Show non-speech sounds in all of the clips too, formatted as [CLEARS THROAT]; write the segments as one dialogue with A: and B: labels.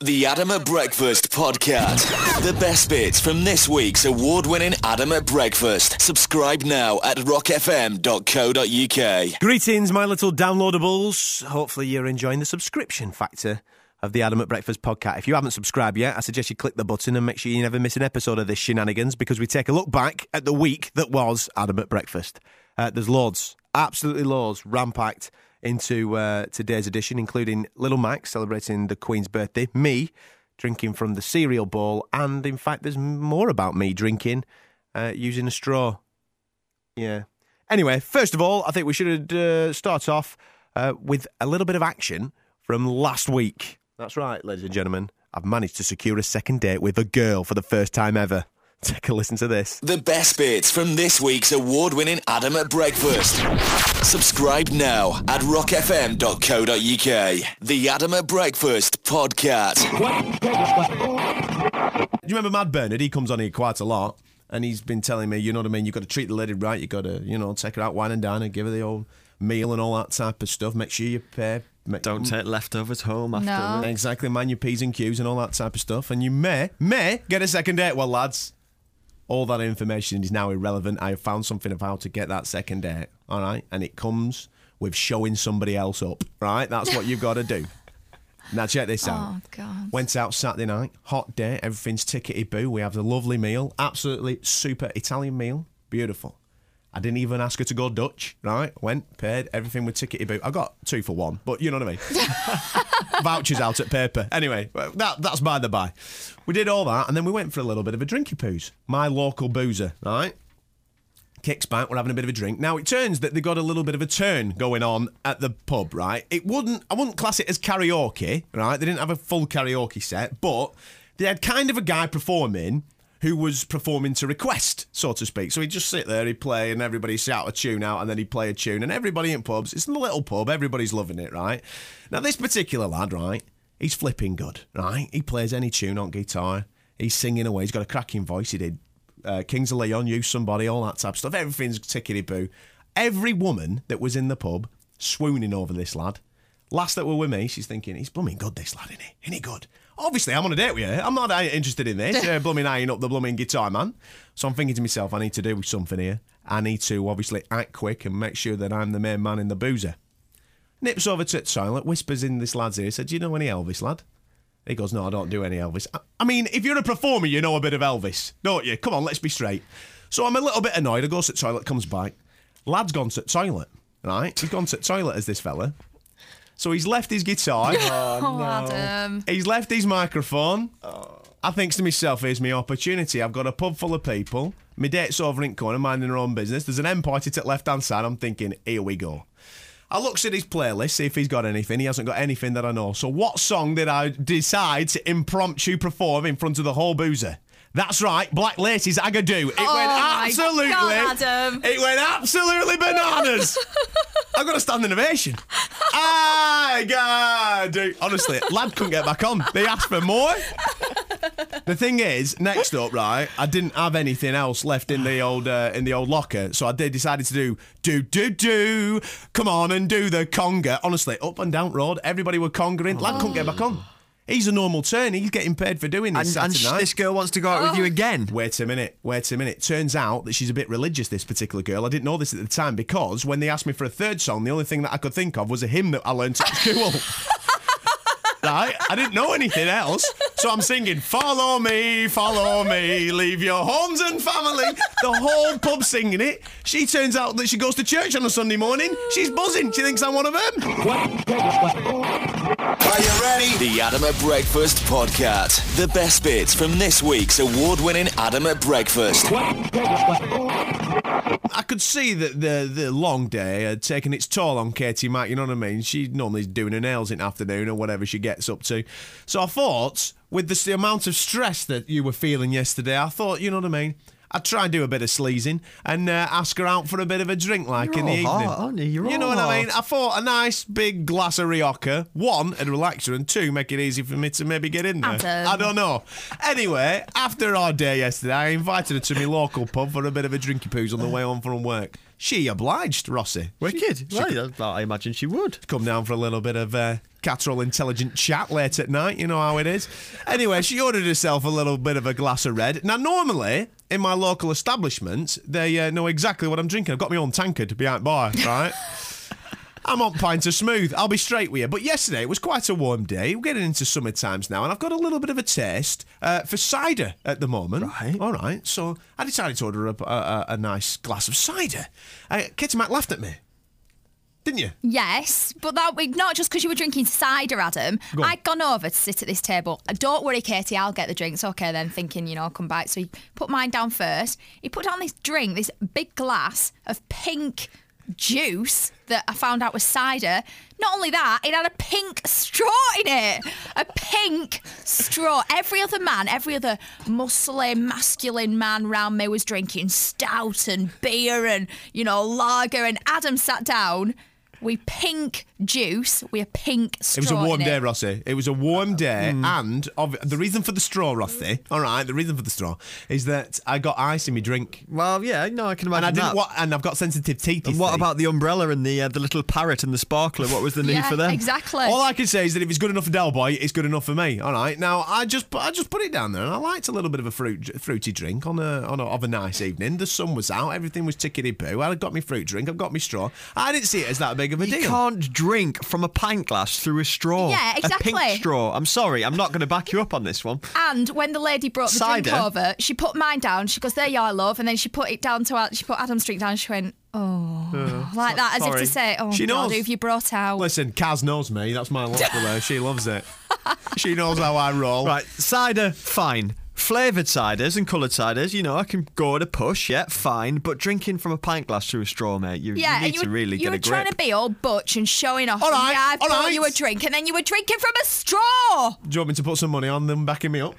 A: The Adam at Breakfast podcast. The best bits from this week's award-winning Adam at Breakfast. Subscribe now at rockfm.co.uk.
B: Greetings, my little downloadables. Hopefully, you're enjoying the subscription factor of the Adam at Breakfast podcast. If you haven't subscribed yet, I suggest you click the button and make sure you never miss an episode of this shenanigans because we take a look back at the week that was Adam at Breakfast. Uh, there's loads, absolutely loads, rampacked into uh, today's edition, including Little Mac celebrating the Queen's birthday, me drinking from the cereal bowl, and in fact, there's more about me drinking uh, using a straw. Yeah. Anyway, first of all, I think we should uh, start off uh, with a little bit of action from last week. That's right, ladies and gentlemen. I've managed to secure a second date with a girl for the first time ever. [LAUGHS] Take a listen to this.
A: The best bits from this week's award-winning Adam at Breakfast. Subscribe now at rockfm.co.uk. The Adam at Breakfast podcast.
B: Do you remember Mad Bernard? He comes on here quite a lot, and he's been telling me, you know what I mean? You've got to treat the lady right. You've got to, you know, take her out wine and dine and give her the old meal and all that type of stuff. Make sure you pay. Make,
C: Don't take leftovers home
D: No.
C: afterwards.
B: Exactly, mind your P's and Q's and all that type of stuff. And you may, may get a second date. Well, lads, all that information is now irrelevant. I have found something of how to get that second date. All right. And it comes with showing somebody else up. Right? That's what you've got to
D: [LAUGHS]
B: do. Now, check this out.
D: Oh, God.
B: Went out Saturday night, hot day, everything's tickety boo. We have the lovely meal, absolutely super Italian meal, beautiful. I didn't even ask her to go Dutch, right? Went, paid, everything with tickety boo. I got two for one, but you know what I mean. Vouchers out at paper. Anyway, that, that's by the by. We did all that, and then we went for a little bit of a drinky poos. My local boozer, right? kicks back, we're having a bit of a drink. Now it turns that they got a little bit of a turn going on at the pub, right? It wouldn't I wouldn't class it as karaoke, right? They didn't have a full karaoke set, but they had kind of a guy performing who was performing to request, so to speak. So he'd just sit there, he'd play, and everybody shout a tune out, and then he'd play a tune, and everybody in pubs, it's in the little pub, everybody's loving it, right? Now this particular lad, right, he's flipping good, right? He plays any tune on guitar, he's singing away, he's got a cracking voice, he did uh, Kings of Leon, You Somebody, all that type of stuff. Everything's tickety boo. Every woman that was in the pub swooning over this lad. Last that were with me, she's thinking, he's blooming good, this lad, isn't he? Isn't he good? Obviously, I'm on a date with you. I'm not uh, interested in this. Uh, blooming eyeing up the blooming guitar man. So I'm thinking to myself, I need to do something here. I need to obviously act quick and make sure that I'm the main man in the boozer. Nips over to Silent, whispers in this lad's ear, said, Do you know any Elvis, lad? He goes, No, I don't do any Elvis. I, I mean, if you're a performer, you know a bit of Elvis, don't you? Come on, let's be straight. So I'm a little bit annoyed. I go to the toilet, comes back. Lad's gone to the toilet, right? He's gone to the toilet as this fella. So he's left his guitar.
D: [LAUGHS] Oh, Adam.
B: He's left his microphone. I thinks to myself, here's my opportunity. I've got a pub full of people. My date's over in the corner, minding her own business. There's an end party to the left hand side. I'm thinking, here we go. I looks at his playlist, see if he's got anything. He hasn't got anything that I know. So what song did I decide to impromptu perform in front of the whole boozer? That's right, Black Laces Agadoo. It went
D: Oh my
B: absolutely
D: God, Adam.
B: It went absolutely
D: [LAUGHS]
B: bananas. I got a standing ovation. I got dude. Honestly, lad couldn't get back on. They asked for more. The thing is, next up, right? I didn't have anything else left in the old uh, in the old locker, so I did decided to do do do do. Come on and do the conga. Honestly, up and down road, everybody were congering. Lad couldn't get back on. He's a normal turn. He's getting paid for doing this.
C: And, and
B: Saturday
C: sh-
B: night.
C: this girl wants to go out with you again.
B: Wait a minute, wait a minute. Turns out that she's a bit religious, this particular girl. I didn't know this at the time because when they asked me for a third song, the only thing that I could think of was a hymn that I learned at [LAUGHS] school. right? I didn't know anything else. So I'm singing, Follow me, follow me, leave your homes and family. The whole pub singing it. She turns out that she goes to church on a Sunday morning. She's buzzing. She thinks I'm one of them.
A: Are you ready? The Adam at Breakfast podcast. The best bits from this week's award-winning Adam at Breakfast.
B: I could see that the the long day had taken its toll on Katie Mack, you know what I mean? She normally is doing her nails in the afternoon or whatever she gets up to. So I thought, with the, s- the amount of stress that you were feeling yesterday, I thought, you know what I mean? I'd try and do a bit of sleazing and uh, ask her out for a bit of a drink, like
C: You're
B: in the evening.
C: all heart, aren't you? You're
B: know
C: all
B: what I mean? I
C: heart.
B: thought a nice big glass of Rioja, one, and relax her, and two, make it easy for me to maybe get in there.
D: Adam.
B: I don't know. Anyway, after our day yesterday, I invited her to my local pub for a bit of a drinky poos on the way home from work. She obliged, Rossi.
C: Wicked. well, yeah, I imagine she would.
B: Come down for a little bit of uh, Catterall intelligent chat late at night. You know how it is. Anyway, she ordered herself a little bit of a glass of red. Now, normally in my local establishments, they uh, know exactly what I'm drinking. I've got my own tankard behind bar, right? [LAUGHS] I'm on pint of smooth. I'll be straight with you. But yesterday it was quite a warm day. We're getting into summer times now, and I've got a little bit of a taste uh, for cider at the moment.
C: Right.
B: All right. So I decided to order a, a, a- a nice glass of cider. Uh, Kitty Mac laughed at me, didn't you?
D: Yes, but that week, not just because you were drinking cider, Adam.
B: Go on.
D: I'd gone over to sit at this table. Don't worry, Katie, I'll get the drinks. Okay, then, thinking, you know, I'll come back. So he put mine down first. He put down this drink, this big glass of pink juice that I found out was cider. Not only that, it had a pink straw in it. A pink straw. Every other man, every other muscly, masculine man round me was drinking stout and beer and, you know, lager. And Adam sat down we pink juice. We a pink straw.
B: It was a warm
D: in
B: day,
D: it.
B: Rossi. It was a
C: Uh,
B: warm day,
C: mm.
B: and of, the reason for the straw, Rossi. All right, the reason for the straw is that I got ice in my drink,
C: Well, yeah, no, I can imagine
B: and I didn't.
C: that.
B: What, and I've got sensitive teeth. you
C: and what
B: see.
C: about the umbrella and the uh, the little parrot and the sparkler? What was the need
D: yeah,
C: for them?
D: exactly.
B: All I can say is that if it's good enough for Del Boy, it's good enough for me. All right. Now I just I just put it down there, and I liked a little bit of a fruit fruity drink on a on a, of a nice evening. The sun was out, everything was tickety boo. I got my fruit drink, I've got my straw. I didn't see it as that big of a
C: You
B: deal.
C: can't drink from a pint glass through a straw.
D: Yeah,
C: A
D: exactly.
C: pink straw. I'm sorry, I'm not going to back you up on this one.
D: and when the lady brought the drink
C: Cider?
D: over, she put mine down. She goes, "There you are, love." And then she put it down to Ad- she put Adam's drink down. She went, "Oh," like that, as if
C: sorry.
D: to say, "Oh
B: Uh, She
D: God,
B: knows.
D: who've you brought out?"
B: Listen, Kaz knows me. That's my love for her. She loves
C: [LAUGHS]
B: it. She knows how I roll.
C: Right, cider, fine. Flavoured ciders and coloured ciders, you know, I can go at a push, yeah, fine. But drinking from a pint glass through a straw, mate, you,
D: yeah, and
C: you need
D: you
C: to
D: were,
C: really
D: you
C: get
D: were
C: a grip.
D: trying to be all butch and showing off.
B: All right,
D: yeah, I
B: all
D: brought you a
B: right.
D: drink, and then you were drinking from a straw.
B: Do you want me to put some money on them backing me up?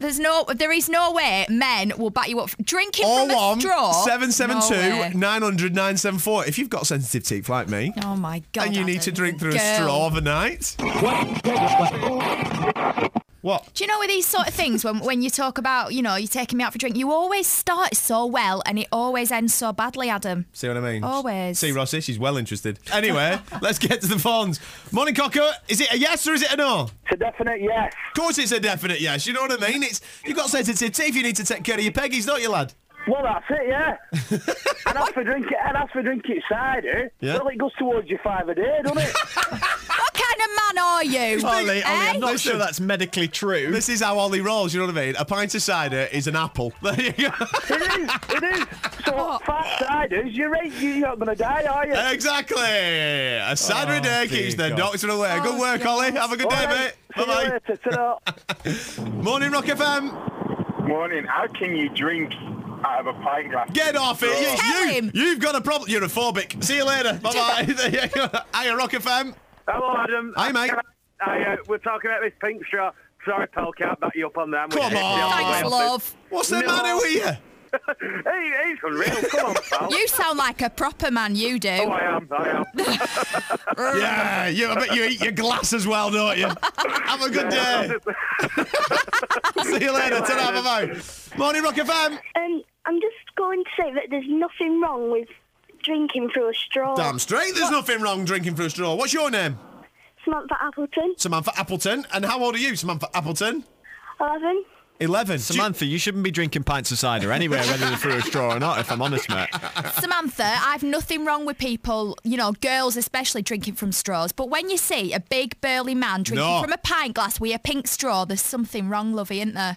D: There's no, there is no way men will back you up for- drinking
B: Or
D: from a
B: one
D: straw.
B: seven seven
D: No way.
B: two nine hundred nine seven four. If you've got sensitive teeth like me,
D: Oh my God!
B: and you need to
D: Adam.
B: drink through
D: Girl.
B: a straw overnight. What?
D: Do you know with these sort of things when when you talk about you know you're taking me out for a drink, you always start so well and it always ends so badly, Adam.
B: See what I mean?
D: Always.
B: See, Rossi, she's well interested.
D: [LAUGHS]
B: Anyway, let's get to the phones. Morning, Cocker. Is it a yes or is it a no? Of
E: It's a definite yes.
B: course, it's a definite yes. You know what I mean? It's you got sensitive teeth. You need to take care of your peggies, don't you, lad?
E: Well, that's
F: [LAUGHS]
E: it, yeah. and as for drinking, and as for drinking cider,
C: Yeah.
E: well, it goes towards your five a day, doesn't
F: [LAUGHS]
E: it?
D: What kind of man are you?
C: Ollie, Ollie,
D: eh?
C: I'm not
B: Listen.
C: sure that's medically true.
B: This is how Ollie rolls. You know what I mean? A pint of cider is an apple. [LAUGHS] There you go.
E: it is, it is.
F: Oh.
E: So five ciders, you're eight, you're not going to die, are you?
B: exactly. A cider a
C: Oh,
B: day
C: dear
B: keeps the
C: God.
B: doctor away. good
D: Oh,
B: work,
D: God.
B: Ollie. Have a good
E: All
B: day,
E: right,
B: mate.
E: see you
B: Bye
E: later, ta-ra.
B: bye. Morning, Rock FM.
G: Morning. How can you drink out of a pint glass?
B: Get off it. You,
D: Tell
B: you,
D: him.
B: You've got a problem. You're a phobic. See you [LAUGHS] later. Bye bye. there you go. Hiya, Rock FM.
F: [LAUGHS] Hello, Adam.
B: Hi, mate.
F: Hi, uh, we're talking about this pink straw. Sorry, pal, can't back you up on that.
B: Come on.
D: Thanks, love.
B: What's the
F: No.
B: matter with you?
F: Hey, he's unreal. Come
B: [LAUGHS]
F: on, pal.
D: You sound like a proper man. You
F: Oh,
D: do.
F: I am, I am.
B: Yeah, you, I bet you eat your glass as well, don't you? Have a good [LAUGHS] day. See you later. Ta-ra, bye-bye. Morning, Rock FM.
H: Um, I'm just going to say that there's nothing wrong with drinking through a straw.
B: Damn straight. There's nothing wrong drinking from a straw. What's your name?
H: Samantha Appleton,
B: Samantha Appleton. And how old are you, Samantha Appleton?
H: 11.
B: 11. Do you-
C: Samantha, you shouldn't be drinking pints of cider anywhere, whether they're through a straw or not, if I'm honest, mate.
D: Samantha, I've nothing wrong with people, you know, girls especially drinking from straws. But when you see a big burly man drinking
B: No.
D: from a pint glass with a pink straw, there's something wrong, lovey, isn't there?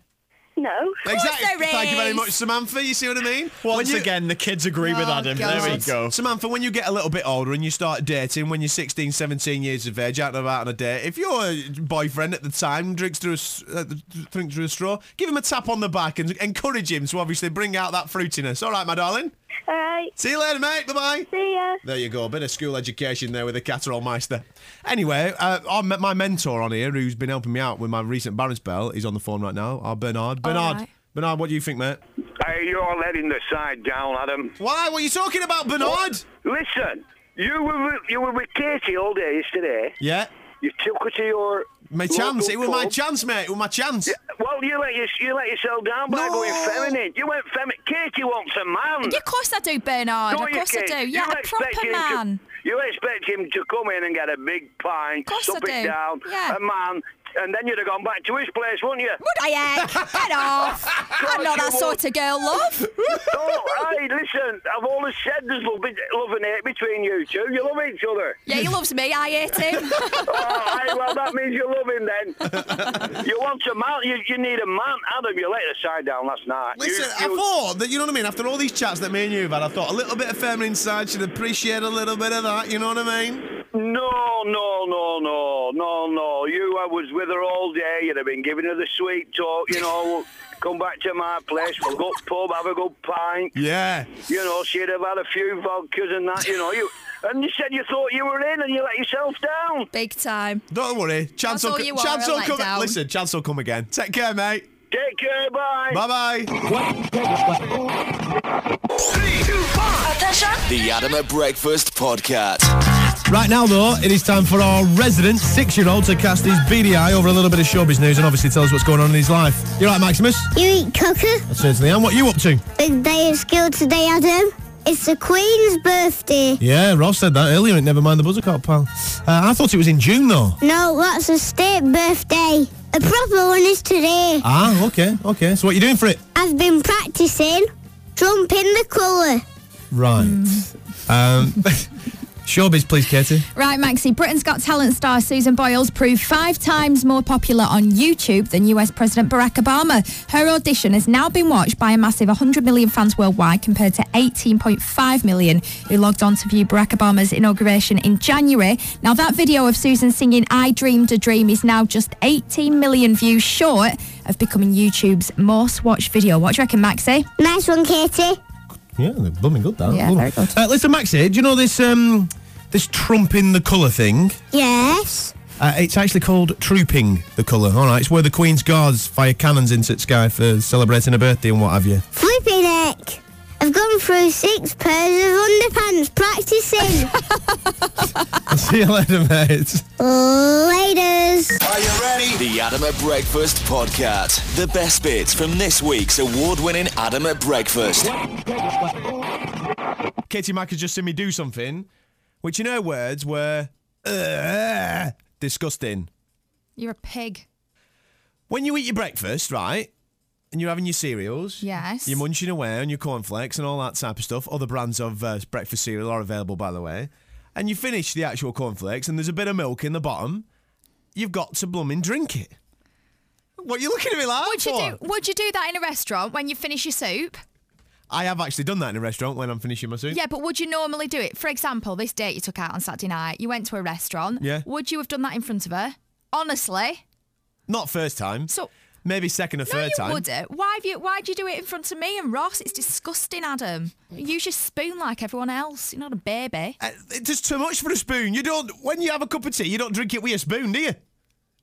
H: No.
B: Exactly.
D: there
B: Thank you very
D: is.
B: much, Samantha. You see what I mean?
C: Once
B: When you-
C: again, the kids agree with
D: Oh,
C: Adam. There we
D: God.
C: go.
B: Samantha, when you get a little bit older and you start dating, when you're 16, 17 years of age, out and about on a date, if your boyfriend at the time drinks through a, s- uh, drinks through a straw, give him a tap on the back and encourage him to obviously bring out that fruitiness. All right, my darling.
H: All right.
B: See you later, mate. Bye-bye.
H: See ya.
B: There you go, a bit of school education there with the Catterall Meister. Anyway, uh, I met my mentor on here who's been helping me out with my recent Barron's Bell. He's on the phone right now. Our Bernard. Bernard,
D: right.
B: Bernard, what do you think, mate?
F: Hey, you're letting the side down, Adam.
B: Why? What are you talking about, Bernard?
F: Listen, you were with, you were with Katie all day yesterday.
B: Yeah.
F: You took her to your
B: My chance.
F: local
B: It was my
F: pub.
B: chance, mate. It was my chance.
F: Well, you let, your, you let yourself down by
B: No.
F: going feminine. You went feminine. Katie wants a man.
D: Yeah, of course I do, Bernard.
F: Don't
D: of
F: you,
D: course I
F: Kate?
D: do.
F: You
D: Yeah, a
F: expect
D: proper
F: him to-
D: man.
F: You expect him to come in and get a big pint,
D: Of course
F: sup
D: I
F: it
D: do.
F: down,
D: Yeah.
F: a man, and then you'd have gone back to his place, wouldn't
D: [LAUGHS]
F: you?
D: Would I egg? Get off. I'm not that sort of girl, love.
F: no, hey, listen, I've always said there's love, love and hate between you two. You love each
D: [LAUGHS]
F: other.
D: Yeah, he loves me. I hate him.
F: Oh, hey, well, that means you love him
D: [LAUGHS]
F: then. you want a man, you, you need a man. Adam, you let the side down last night. You-
B: Listen, I
F: you-
B: thought that you know what I mean. After all these chats that me and you have had, I thought a little bit of feminine side should appreciate a little bit of that. You know what I mean?
F: No, no, no, no, no, no. You, I was with her all day. You'd have been giving her the sweet talk, you know. Come back to my place, we'll go pub, have a good pint.
B: Yeah.
F: You know, she'd have had a few vodkas and that, you know. You And you said you thought you were in and you let yourself down.
D: Big time.
B: Don't worry. Chance
D: That's
B: will,
D: all
B: co-
D: you are,
B: chance
D: a
B: will come.
D: letdown.
B: Listen, chance will come again. Take care, mate.
F: Take care, bye.
B: Bye bye.
I: Attention.
A: The Adam at Breakfast Podcast.
B: Right now, though, it is time for our resident six-year-old to cast his beady eye over a little bit of showbiz news and obviously tell us what's going on in his life. You're right, Maximus.
H: You eat cooker?
B: I certainly am. What are you up to?
H: Big day of school today, Adam. It's the Queen's birthday.
B: Yeah, Ross said that earlier. Never mind the buzzercock, pal. Uh, I thought it was in June though.
H: No, that's a state birthday. A proper one is today.
B: Ah, okay, okay. So what are you doing for it?
H: I've been practicing trumping the colour.
B: Right.
D: Mm.
B: Um, [LAUGHS] showbiz, please, Katie.
D: Right, Maxie. Britain's Got Talent star Susan Boyle's proved five times more popular on YouTube than US President Barack Obama. Her audition has now been watched by a massive 100 million fans worldwide compared to 18.5 million who logged on to view Barack Obama's inauguration in January. Now, that video of Susan singing I Dreamed a Dream is now just 18 million views short of becoming YouTube's most watched video. What do you reckon, Maxie?
H: Nice one, Katie.
B: Yeah, they're blooming good, that.
D: Yeah, very good.
B: Uh, listen, Maxie, do you know this um, this trumping the colour thing?
H: Yes.
B: Uh, it's actually called trooping the colour. All right, it's where the Queen's Guards fire cannons into the sky for celebrating her birthday and what have you. [LAUGHS]
H: Flipping heck. I've gone through six pairs of underpants practicing.
B: I'll see you later, mate.
H: Laters.
A: Are you ready? The Adam at Breakfast Podcast. The best bits from this week's award-winning Adam at Breakfast.
B: Katie Mack has just seen me do something, which in her words were "Ugh, disgusting.
D: You're a pig.
B: When you eat your breakfast, right, and you're having your cereals,
D: Yes.
B: you're munching away on your cornflakes and all that type of stuff. Other brands of uh, breakfast cereal are available, by the way. And you finish the actual cornflakes, and there's a bit of milk in the bottom. You've got to blooming drink it. What are you looking at me like
D: Would you,
B: for?
D: do, would you do that in a restaurant when you finish your soup?
B: I have actually done that in a restaurant when I'm finishing my soup.
D: Yeah, but would you normally do it? For example, this date you took out on Saturday night, you went to a restaurant.
B: Yeah.
D: Would you have done that in front of her? Honestly.
B: Not first time.
D: So
B: maybe second or
D: no,
B: third
D: you
B: time.
D: wouldn't. Why have you why'd you do it in front of me and Ross? It's disgusting, Adam. Use your spoon like everyone else. You're not a baby.
B: Uh, It's just too much for a spoon. You don't. When you have a cup of tea, you don't drink it with a spoon, do you?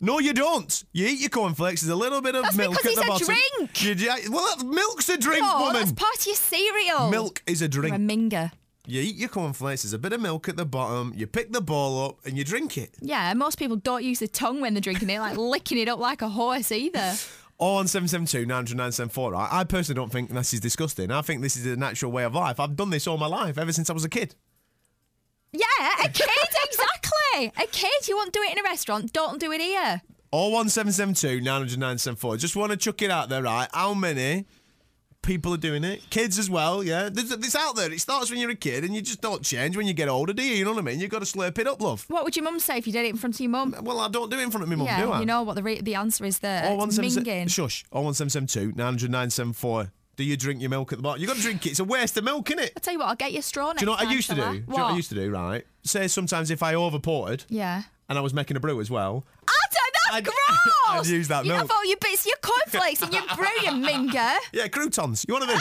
B: No, you don't. You eat your cornflakes. There's a little bit of
D: That's
B: milk
D: because
B: at the
D: it's a
B: bottom.
D: drink.
B: You di- well, that, milk's a drink,
D: no, Oh, that's
B: woman.
D: part of your cereal.
B: Milk is a
D: You're a
B: drink.
D: minger.
B: You eat your cornflakes. There's a bit of milk at the bottom. You pick the ball up and you drink it.
D: Yeah, most people don't use the tongue when they're drinking
B: [LAUGHS]
D: it, like licking it up like a horse either.
B: Or on 772 900 974. Right? I personally don't think this is disgusting. I think this is a natural way of life. I've done this all my life, ever since I was a kid.
D: Yeah,
B: [LAUGHS]
D: a kid, exactly. A kid, you won't do it in a restaurant, don't do it here.
B: Or 1772 900 974. Just want to chuck it out there, right? How many people are doing it? Kids as well, yeah? There's- It's out there. It starts when you're a kid and you just don't change when you get older, do you? You know what I mean? You've got to slurp it up, love.
D: What would your mum say if you did it in front of your mum?
B: Well, I don't do it in front of my mum, do
D: Yeah,
B: I? Oh
D: you know what the re- the answer is there.
B: Or
D: It's minging.
B: Shush. Oh Or 1772 900 974. Do you drink your milk at the bar? You've got to drink it. It's a waste of milk, innit?
D: I tell you what, I'll get you a straw next
B: Do you know what I
D: time,
B: used to do?
D: shall
B: Do you know what I used to do, right? Say sometimes if I overported
D: Yeah.
B: and I was making a brew as well,
D: Adam,
B: I'd-
D: that's
B: [LAUGHS] I'd
D: gross!
B: use that
D: You
B: milk.
D: have all your bits, your cornflakes and your
B: [LAUGHS]
D: brew, you minger.
B: Yeah, croutons. You want to them?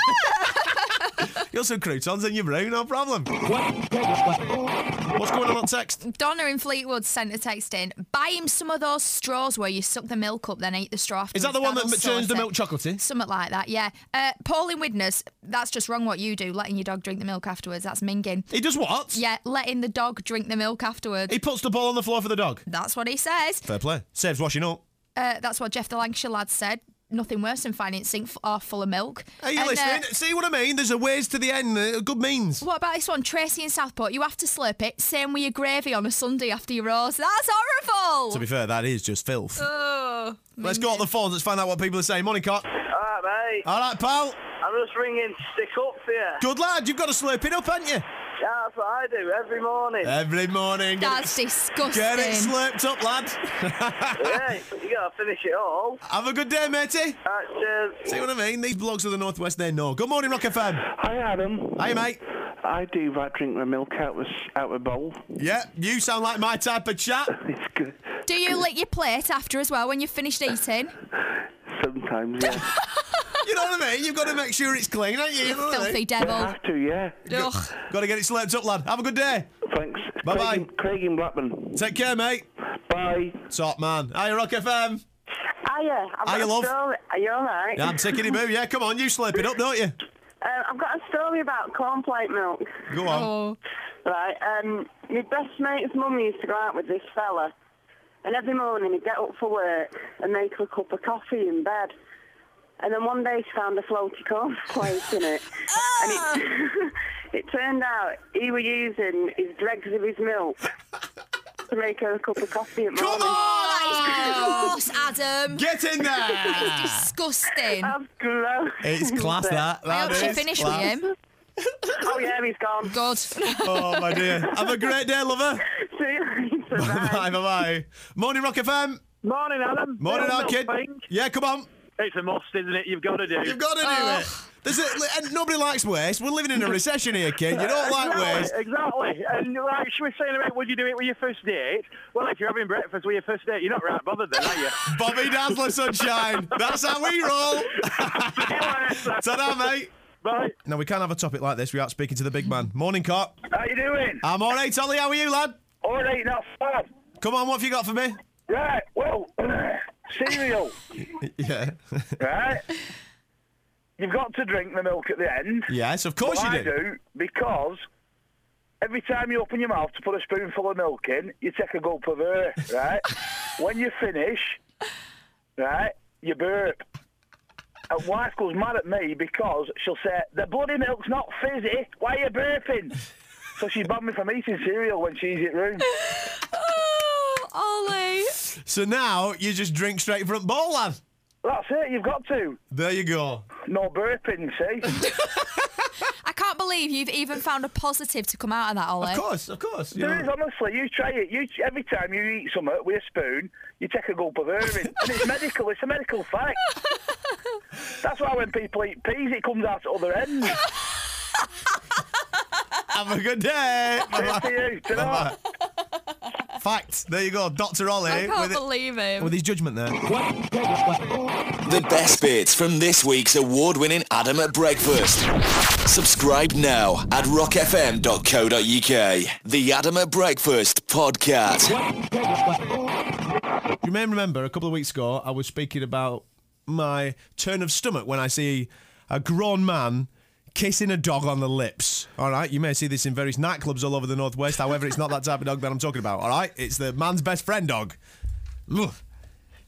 D: [LAUGHS]
B: you want some croutons in your brew? No problem. What's going on on text?
D: Donna in Fleetwood sent a text in. Buy him some of those straws where you suck the milk up, then eat the straw.
B: Is that the one that turns the milk
D: chocolate?
B: chocolatey?
D: Something like that, yeah. Uh, Paul in Widnes, that's just wrong what you do, letting your dog drink the milk afterwards. That's minging.
B: He does what?
D: Yeah, letting the dog drink the milk afterwards.
B: He puts the ball on the floor for the dog.
D: That's what he says.
B: Fair play. Saves washing up.
D: Uh, that's what Jeff the Lancashire lad said. nothing worse than finding it sink f- or full of milk.
B: Are you
D: And, uh,
B: listening? See what I mean? There's a ways to the end. uh, Good means.
D: what about this one? Tracy in Southport, you have to slurp it. Same with your gravy on a Sunday after your roast. That's horrible.
B: To be fair, that is just filth.
D: oh,
B: Let's go on the phones. Let's find out what people are saying. Morning, cock.
E: All right, mate.
B: All right, pal.
E: I'm just ringing to stick up for you.
B: Good lad. You've got to slurp it up, haven't you?
E: Yeah, that's what I do every morning.
B: Every morning. Get
D: [LAUGHS] that's disgusting.
B: Get it slurped up, lad.
D: [LAUGHS]
E: yeah, you gotta finish it all.
B: Have a good day, matey.
E: That's, uh,
B: See what I mean? These blogs of the Northwest, they know. Good morning, Rock FM.
E: Hi, Adam.
B: Hey, mate.
E: I do like drink my milk out of, out of a bowl.
B: Yeah, you sound like my type of chap.
E: It's good.
D: Do you lick your plate after as well when you've
B: [LAUGHS]
D: finished eating?
E: Sometimes, yeah.
B: You know what I mean? You've got to make sure it's clean, ain't you? You know what I
D: Filthy
B: mean?
D: devil.
E: have to, yeah.
D: Ugh.
B: Got to get it slurped up, lad. Have a good day.
E: Thanks. It's
B: Bye-bye.
E: Craig in- Craig in Blackburn.
B: Take care, mate.
E: Bye.
B: Top man. Hiya, Rock FM.
J: Hiya. I've
B: Hiya,
J: got a
B: love.
J: Story. Are you all right?
B: Yeah, I'm tickety boo. Yeah, come on, you slurp it up, don't you?
J: Um, I've got a story about cornflake milk.
B: Go on.
D: Oh.
J: Right. Um, my best mate's mum used to go out with this fella, and every morning he'd get up for work and make her a cup of coffee in bed. And then one day she found a floaty [LAUGHS] cornflake in it,
B: [LAUGHS]
J: and it, it turned out he was using his dregs of his milk to make her a cup of coffee at morning.
B: Come on!
D: Oh, that is gross, Adam.
B: Get in there!
D: Disgusting.
J: That's gross.
B: it's
J: [LAUGHS]
B: class, that.
D: I
B: that
D: hope she
B: is
D: finished with
B: class.
D: him.
J: Oh yeah, [LAUGHS] he's
E: [LAUGHS]
J: gone.
D: God.
B: Oh, my dear. Have a great day, lover.
J: See you later.
B: Bye [LAUGHS] bye, bye bye. Morning, Rock FM.
E: [LAUGHS] Morning, Adam.
B: Morning,
E: Milk
B: our kid.
E: thing.
B: Yeah, come on.
E: It's a must, isn't it? You've got to do.
B: You've got to do
D: Oh.
B: it. There's a, and nobody likes waste. We're living in
G: [LAUGHS]
B: a recession here, kid. You don't like waste.
E: Exactly. And like she was saying about would you do it with your first date? Well, if you're having breakfast with your first date, you're not right bothered then,
J: [LAUGHS]
E: are you?
B: Bobby Dazzler Sunshine. That's how we roll. Ta-da, mate.
E: Bye.
B: No, we can't have a topic like this without speaking to the big man. Morning, cop.
G: How you doing?
B: I'm all right, Ollie. How are you, lad?
G: All right, not bad.
B: Come on, what have you got for me?
G: Right, well, [CLEARS THROAT] cereal,
B: Yeah.
G: right? You've got to drink the milk at the end.
B: Yes, of course
G: Well,
B: you
G: I do because every time you open your mouth to put a spoonful of milk in, you take a gulp
B: [LAUGHS]
G: of air, right? when you finish, right, you burp. And wife goes mad at me because she'll say, The bloody milk's not fizzy, why are you burping? So she's banned me from eating cereal when she's at room.
D: Oh, [LAUGHS] Ollie.
B: So now you just drink straight from bowl, lad.
G: That's it, you've got to.
B: There you go.
G: No burping, see?
D: I can't believe you've even found a positive to come out of that, Ollie.
B: Of course, of course. you
G: There is,
B: know.
G: honestly, you try it. You Every time you eat something with a spoon, you take a gulp of air in. And it's medical, it's a medical fact. That's why when people eat peas, it comes out the other end.
B: Have a good day.
G: Cheers to you, ta-ra.
B: Bye-bye. Facts. There you go. Dr.
D: I
B: Ollie
D: can't
B: with, it-
D: believe him.
B: with his judgment there.
A: The best bits from this week's award-winning Adam at Breakfast. Subscribe now at rockfm.co.uk. The Adam at Breakfast podcast.
B: You may remember a couple of weeks ago, I was speaking about my turn of stomach when I see a grown man kissing a dog on the lips. All right, you may see this in various nightclubs all over the northwest. However, it's not that type of dog that I'm talking about. All right, it's the man's best friend dog. Ugh.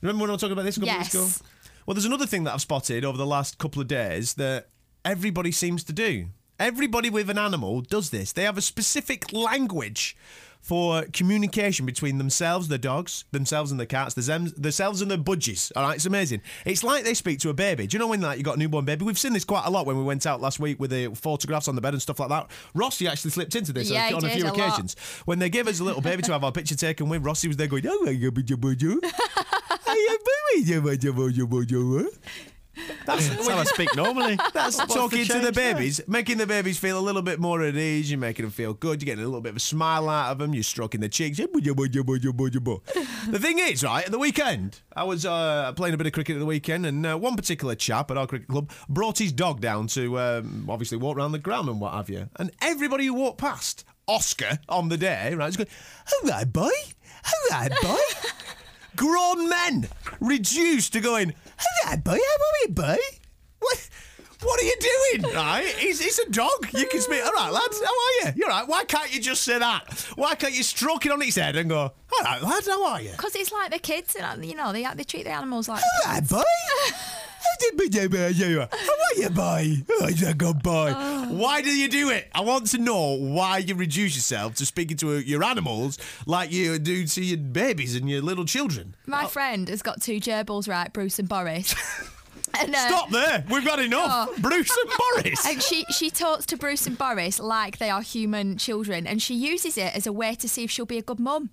B: Remember when I was talking about this a couple of
D: Yes.
B: weeks ago? Well, there's another thing that I've spotted over the last couple of days that everybody seems to do. Everybody with an animal does this. They have a specific language for communication between themselves, the dogs, themselves and the cats, the zems, themselves and the budgies. All right, it's amazing. It's like they speak to a baby. Do you know when like you got a newborn baby? We've seen this quite a lot when we went out last week with the photographs on the bed and stuff like that. Rossi actually slipped into this
D: Yeah,
B: on,
D: he
B: on a
D: did
B: few
D: a lot.
B: occasions. When they gave us a little baby to have our picture taken with, Rossi was there going, "Oh, yeah, budgie, budgie." That's,
C: That's how I speak normally.
B: that's
C: What's the
B: talking to the
C: change there?
B: babies, making the babies feel a little bit more at ease. You're making them feel good. You're getting a little bit of a smile out of them. You're stroking the cheeks.
C: [LAUGHS]
B: The thing is, right, at the weekend, I was uh, playing a bit of cricket at the weekend, and uh, one particular chap at our cricket club brought his dog down to um, obviously walk around the ground and what have you. And everybody who walked past, Oscar on the day, right, was going, Hello, boy. Hello,
C: [LAUGHS]
B: boy. grown men reduced to going, hello, boy, how are we, boy? What, what are you doing? Right? He's, he's a dog. You can speak, all right, lads, how are you? You're right. Why can't you just say that? Why can't you stroke it on its head and go, all right, lad, how are you?
D: uh,
B: [LAUGHS]
D: Because it's like the kids, and you know, they, they treat the animals like.
B: Hello, boy. How are you, boy? Oh, he's a good boy. Why do you do it? I want to know why you reduce yourself to speaking to your animals like you do to your babies and your little children.
D: My friend has got two gerbils, right? Bruce
B: [LAUGHS]
D: and Boris. and, uh,
B: Stop there. We've had enough.
D: Oh.
B: [LAUGHS] Bruce and
D: [LAUGHS]
B: Boris.
D: And she, she talks to Bruce and Boris like they are human children, and she uses it as a way to see if she'll be a good mum.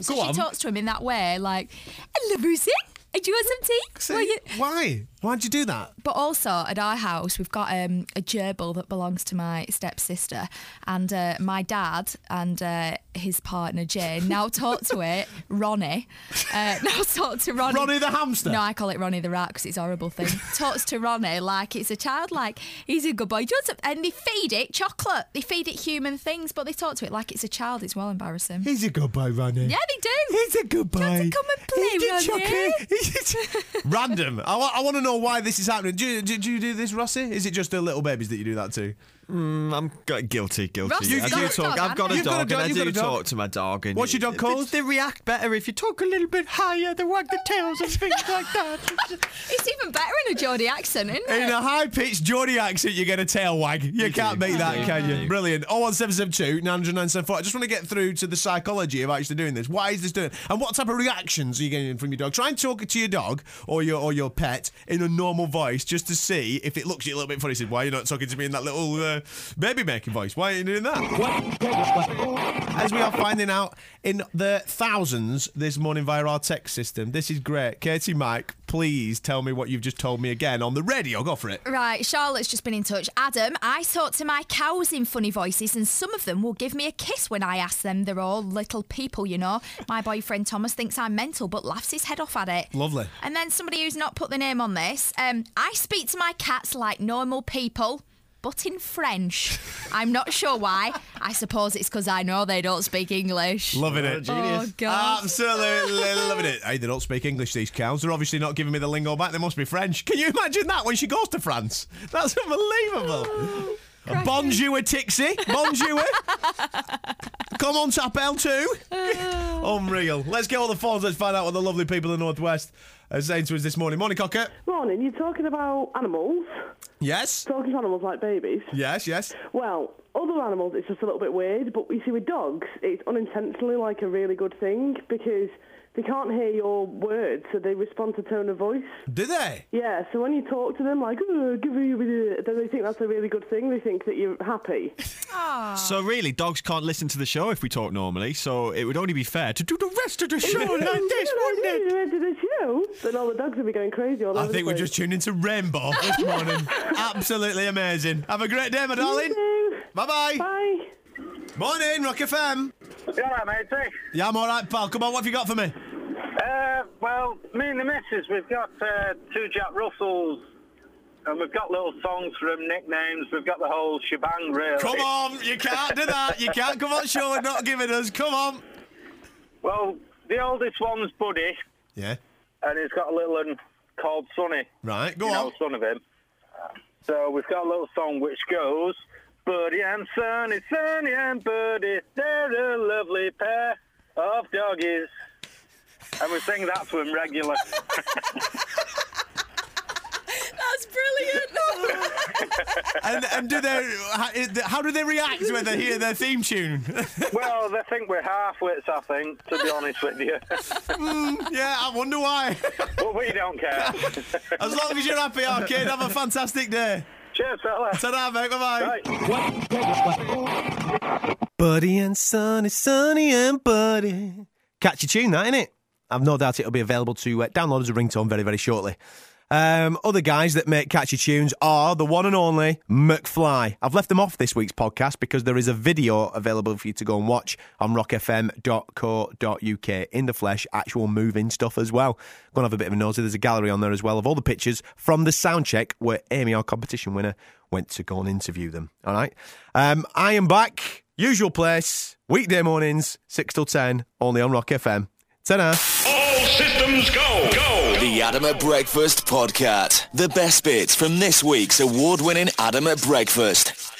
D: So
B: Go
D: she
B: on.
D: talks to him in that way, like, "Hello, Brucey. Do you want some tea?
B: See,
D: Will you-"
B: Why? Why'd you do that?
D: But also at our house, we've got um, a gerbil that belongs to my stepsister, and uh, my dad and uh, his
B: [LAUGHS]
D: partner Jane now talk to it, Ronnie. Uh, [LAUGHS] now talk to Ronnie.
B: Ronnie the hamster?
D: No, I call it Ronnie the rat because it's a
B: [LAUGHS]
D: horrible thing. Talks to Ronnie like it's a child, like he's a good boy. Do you want some-" And they feed it chocolate. They feed it human things, but they talk to it like it's a child. It's well
B: [LAUGHS]
D: embarrassing.
B: He's a good boy, Ronnie.
D: Yeah, they do.
B: He's a good boy.
D: to come and play,
B: He's a
D: Ronnie?
B: chucker. He's
D: [LAUGHS]
B: a- [LAUGHS] Random. I, wa- I want to know why this is happening. Do you, do, do you do this, Rossi? Is it just the little babies that you do that to?
C: Mm, I'm gu- guilty, guilty.
D: Ross,
C: I
D: you've got
C: do
D: a
C: talk.
D: dog,
C: I've got a
B: you?
D: haven't
B: You've got
C: dog,
B: a
C: and
B: dog,
C: I do
B: you've got a dog.
C: talk to my dog. And
B: What's your dog
C: it-
B: called?
C: They react better if you talk a little bit higher. They wag their tails and things like that.
D: It's even better in a Geordie accent, isn't it?
B: In a high pitched Geordie accent, you get a tail wag. You, can't
C: do.
B: beat that,
C: You
B: can you?
C: do.
B: Brilliant. Oh, 01772 90974. I just want to get through to the psychology of actually doing this. Why is this doing? And what type of reactions are you getting from your dog? Try and talk to your dog or your or your pet in a normal voice just to see if it looks at you a little bit funny. Said, why are you not talking to me in that little uh, baby making voice? Why are you doing that? As we are finding out in the thousands this morning via our text system, this is great. Katie Mike, please tell me what you've just told me again on the radio. Go for it.
D: Right, Charlotte's just been in touch. Adam, I talk to my cows in funny voices, and some of them will give me a kiss when I ask them. They're all little people, you know. My boyfriend Thomas thinks I'm mental, but laughs his head off at it.
B: Lovely.
D: And then somebody who's not put the name on this um, I speak to my cats like normal people. But in French. I'm not sure why. I suppose it's because I know they don't speak English.
B: Loving it.
D: Oh, God.
B: Absolutely loving it. Hey, they don't speak English, these cows. They're obviously not giving me the lingo back. They must be French. Can you imagine that when she goes to France? That's unbelievable. Bonjour, Tixie. Bonjour. Come on, Tapel, too. Unreal. Let's get all the phones. Let's find out what the lovely people in the Northwest are saying to us this morning. Morning, Cocker.
J: Morning, you're talking about animals,
B: Yes.
J: talking to animals like babies.
B: Yes, yes.
J: Well, other animals, it's just a little bit weird, but you see, with dogs, it's unintentionally like a really good thing because they can't hear your words, so they respond to tone of voice.
B: Do they?
J: Yeah, so when you talk to them, like, "Oh, give me, then they think that's a really good thing. They think that you're happy.
C: So really, dogs can't listen to the show if we talk normally. So it would only be fair to do the rest of the
B: [LAUGHS]
C: show like this, wouldn't it?
J: Then all the dogs will be going crazy all
B: I
J: over
B: think
J: the
B: we've
J: place.
B: just tuned into Rainbow this morning. Absolutely amazing. Have a great day, my darling. Bye-bye.
J: Bye.
B: Morning, Rock FM.
E: Yeah, all right, mate. eh?
B: Yeah, I'm all right, pal. Come on, what have you got for me?
E: Uh, well, me and the missus, we've got uh, two Jack Russells, and we've got little songs for 'em, nicknames. We've got the whole shebang, really.
B: Come on, you can't do that. You can't come on show and not giving us. Come on.
E: Well, the oldest one's Buddy,
B: Yeah.
E: and he's got a little one called Sonny.
B: Right, go
E: you
B: on.
E: know, [LAUGHS] son of him. So we've got a little song which goes, Buddy and Sonny, Sonny and Buddy, they're a lovely pair of doggies. And we sing that to him
B: [LAUGHS]
E: regular.
D: That's brilliant. [LAUGHS]
B: And and do they? how- How do they react when they hear their theme tune? [LAUGHS]
E: well, they think we're half-wits, I think, to be honest with you. [LAUGHS]
B: Hmm, yeah, I wonder why.
E: but we don't care. [LAUGHS]
B: As long as you're happy, our kid, have a fantastic day.
E: Cheers, fella.
B: Ta-da, mate. Bye-bye.
E: Right.
B: Buddy and Sonny, Sonny and Buddy. Catchy tune, that, innit? I've no doubt it'll be available to uh, download as a ringtone very, very shortly. Um, other guys that make catchy tunes are the one and only McFly. I've left them off this week's podcast because there is a video available for you to go and watch on rockfm.co.uk in the flesh, actual moving stuff as well. Go and have a bit of a nosy. There's a gallery on there as well of all the pictures from the sound check where Amy, our competition winner, went to go and interview them. All right. Um, I am back, usual place, weekday mornings, 6 till 10, only on Rock FM. Ta-da.
I: All systems go, go.
A: The Adam at Breakfast podcast. The best bits from this week's award winning Adam at Breakfast.